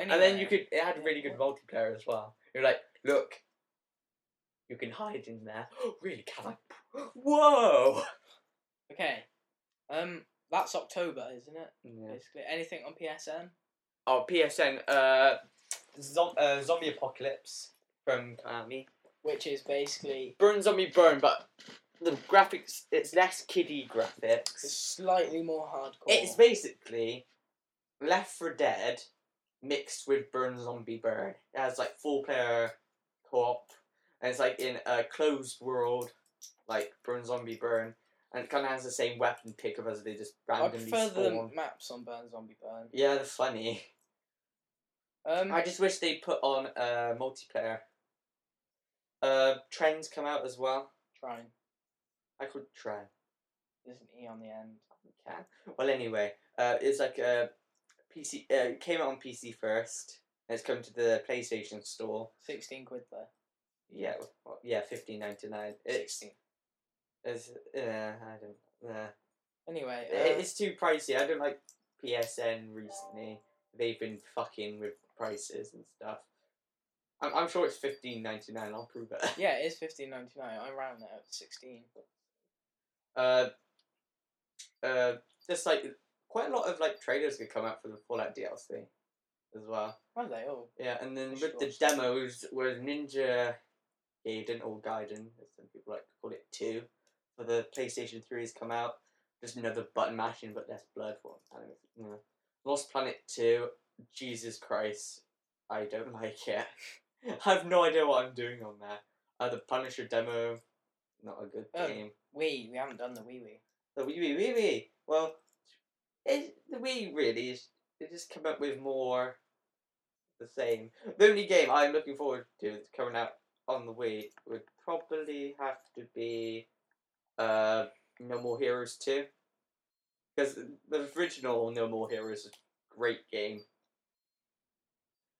Speaker 1: And then you
Speaker 2: Anyway,
Speaker 1: could it had really good multiplayer as well. You're like, look, you can hide in there. really can I Whoa
Speaker 2: Okay. Um, that's October, isn't it?
Speaker 1: Yeah.
Speaker 2: Basically, anything on PSN?
Speaker 1: Oh, PSN. Uh, zom- uh, zombie apocalypse from uh, Konami.
Speaker 2: Which is basically
Speaker 1: Burn zombie burn, but the graphics. It's less kiddie graphics.
Speaker 2: slightly more hardcore.
Speaker 1: It's basically Left for Dead mixed with Burn Zombie Burn. It has like four player co-op, and it's like in a closed world, like Burn Zombie Burn, and it kind of has the same weapon pickup as they just
Speaker 2: I
Speaker 1: randomly
Speaker 2: prefer
Speaker 1: spawn.
Speaker 2: the maps on Burn Zombie Burn.
Speaker 1: Yeah, they're funny.
Speaker 2: Um,
Speaker 1: I just wish they put on uh, multiplayer. Uh, trends come out as well.
Speaker 2: trying.
Speaker 1: I could try.
Speaker 2: There's an E on the end.
Speaker 1: Can. Well, anyway, uh, it's like a PC. Uh, it came out on PC first. And it's come to the PlayStation Store.
Speaker 2: Sixteen quid though.
Speaker 1: Yeah, well, yeah, fifteen ninety nine. It's,
Speaker 2: Sixteen.
Speaker 1: it's uh, I don't. Uh,
Speaker 2: Anyway,
Speaker 1: it-
Speaker 2: uh,
Speaker 1: it's too pricey. I don't like PSN recently. They've been fucking with prices and stuff. I'm, I'm sure it's fifteen ninety nine. I'll prove it.
Speaker 2: yeah, it is fifteen ninety nine. I round that up to sixteen.
Speaker 1: uh, uh, just like quite a lot of like trailers could come out for the Fallout DLC as well.
Speaker 2: Why oh, are they all?
Speaker 1: Yeah, and then
Speaker 2: For
Speaker 1: with the
Speaker 2: sure.
Speaker 1: demos where Ninja Gaiden or Gaiden, as some people like to call it, two for the PlayStation Three has come out. Just another button mashing, but less blood one. I don't know. yeah. Lost Planet Two. Jesus Christ, I don't like it. I have no idea what I'm doing on there. Uh, the Punisher demo, not a good
Speaker 2: Oh.
Speaker 1: game.
Speaker 2: We we haven't done the wee wee.
Speaker 1: The Wii, Wii, Wii, Wii. Well, it, the Wii really is. They just come up with more the same. The only game I'm looking forward to that's coming out on the Wii would probably have to be uh, No More Heroes 2. Because the original No More Heroes is a great game.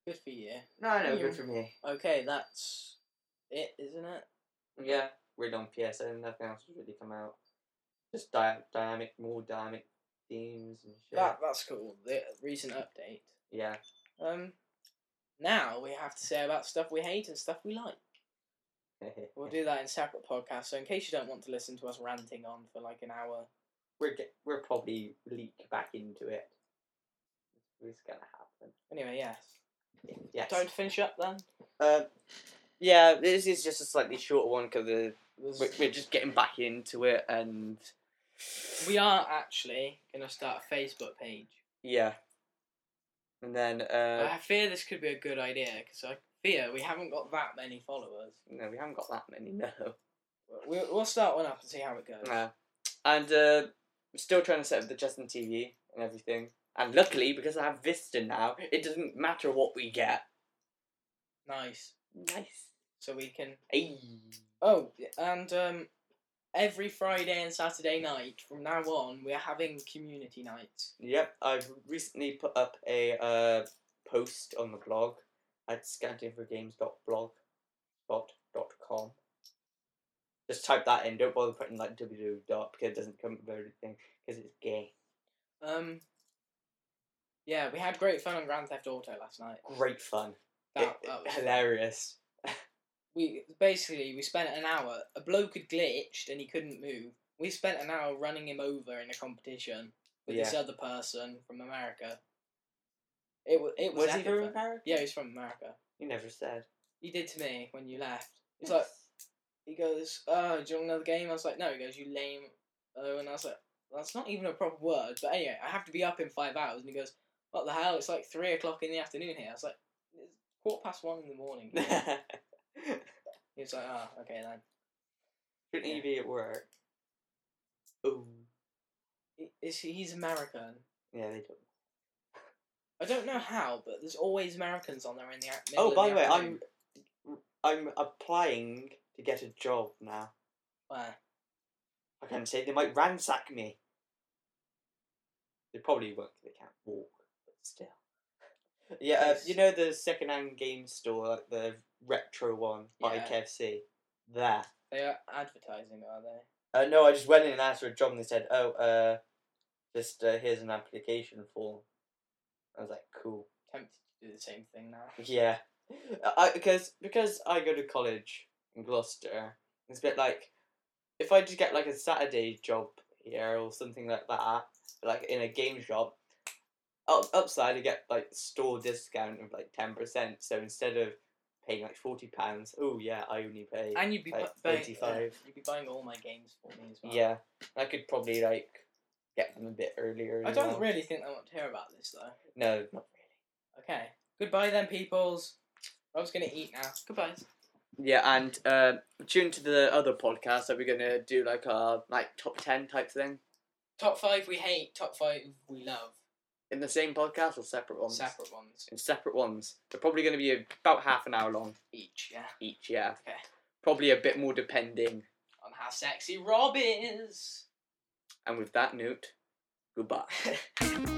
Speaker 2: Good for you.
Speaker 1: No, no,
Speaker 2: Yeah.
Speaker 1: good for me.
Speaker 2: Okay, that's it, isn't it?
Speaker 1: Yeah, we're on PSN, nothing else has really come out. Just dy- dynamic, more dynamic themes and shit.
Speaker 2: That that's cool. The recent update.
Speaker 1: Yeah.
Speaker 2: Um, now we have to say about stuff we hate and stuff we like. We'll do that in separate podcasts. So in case you don't want to listen to us ranting on for like an hour,
Speaker 1: we're ge- we're probably leak back into it. It's gonna happen.
Speaker 2: anyway, yes.
Speaker 1: Yes.
Speaker 2: Time to finish up then.
Speaker 1: Uh, yeah, this is just a slightly shorter one because we're,
Speaker 2: There's-
Speaker 1: we're just getting back into it, and
Speaker 2: We are actually gonna start a Facebook page.
Speaker 1: yeah. And then uh,
Speaker 2: I fear this could be a good idea because I fear we haven't got that many followers.
Speaker 1: no, we haven't got that many. No.
Speaker 2: We'll, we'll start one up and see how it goes.
Speaker 1: Uh, and uh, we're still trying to set up the Justin TV and everything. And luckily, because I have Vista now, it doesn't matter what we get.
Speaker 2: Nice.
Speaker 1: Nice.
Speaker 2: So we can.
Speaker 1: Hey.
Speaker 2: Oh, and um, every Friday and Saturday night from now on, we're having community nights.
Speaker 1: Yep, I've recently put up a uh, post on the blog at scantinforgames.blogspot.com. Just type that in. Don't bother putting like www dot because it doesn't come up with everything because it's gay.
Speaker 2: Um, yeah, we had great fun on Grand Theft Auto last night.
Speaker 1: Great fun.
Speaker 2: That,
Speaker 1: It-
Speaker 2: that was
Speaker 1: hilarious.
Speaker 2: we basically we spent an hour. A bloke had glitched and he couldn't move. We spent an hour running him over in a competition with this
Speaker 1: Yeah.
Speaker 2: other person from America. It was it was,
Speaker 1: Was he
Speaker 2: epic
Speaker 1: from
Speaker 2: fun.
Speaker 1: America?
Speaker 2: Yeah, he's from America.
Speaker 1: You never said.
Speaker 2: He did to me when you left. It's like he goes, "Oh, do you want another game?" I was like, "No." He goes, "You lame." Oh, and I was like, "That's not even a proper word." But anyway, I have to be up in five hours. And he goes, "What the hell? It's like three o'clock in the afternoon here." I was like, "It's quarter past one in the morning." he was like, "Ah, okay then."
Speaker 1: Shouldn't
Speaker 2: Yeah.
Speaker 1: you be at work? Oh,
Speaker 2: He- Is he, he's American?
Speaker 1: yeah, they don't.
Speaker 2: I don't know how, but there's always Americans on there in the act.
Speaker 1: Oh, by the way, I'm I'm applying to get a job now.
Speaker 2: Where?
Speaker 1: I can say they might ransack me. They probably won't 'cause they can't walk, but still. Yeah, uh,
Speaker 2: Yes.
Speaker 1: you know the second-hand game store, like the retro one by
Speaker 2: Yeah.
Speaker 1: KFC. There.
Speaker 2: They are advertising, are they?
Speaker 1: Uh, no, I just went in and asked for a job, and they said, "Oh, uh, just uh, here's an application form." I was like, "Cool."
Speaker 2: Tempted to do the same thing now.
Speaker 1: Yeah, I, because because I go to college in Gloucester, it's a bit like if I just get like a Saturday job here or something like that, like in a game shop, up upside you get like store discount of like ten percent. So instead of paying like forty pounds, oh yeah, I only pay
Speaker 2: And you'd be
Speaker 1: like
Speaker 2: bu- buying, uh,
Speaker 1: 85.
Speaker 2: you'd be buying all my games for me as well.
Speaker 1: yeah. I could probably like get them a bit earlier.
Speaker 2: I
Speaker 1: as
Speaker 2: don't
Speaker 1: well.
Speaker 2: really think they want to hear about this though.
Speaker 1: No, not
Speaker 2: Okay. Goodbye then, peoples. I was gonna eat now. Goodbye.
Speaker 1: Yeah, and uh, tune to the other podcast that we're gonna do like our like top ten type thing
Speaker 2: Top five we hate. Top five we love.
Speaker 1: in the same podcast or separate ones.
Speaker 2: Separate ones
Speaker 1: In separate ones, they're probably gonna be about half an hour long
Speaker 2: each. Yeah.
Speaker 1: each. Yeah.
Speaker 2: Okay.
Speaker 1: Probably a bit more depending.
Speaker 2: On how sexy Rob is.
Speaker 1: And with that note, goodbye.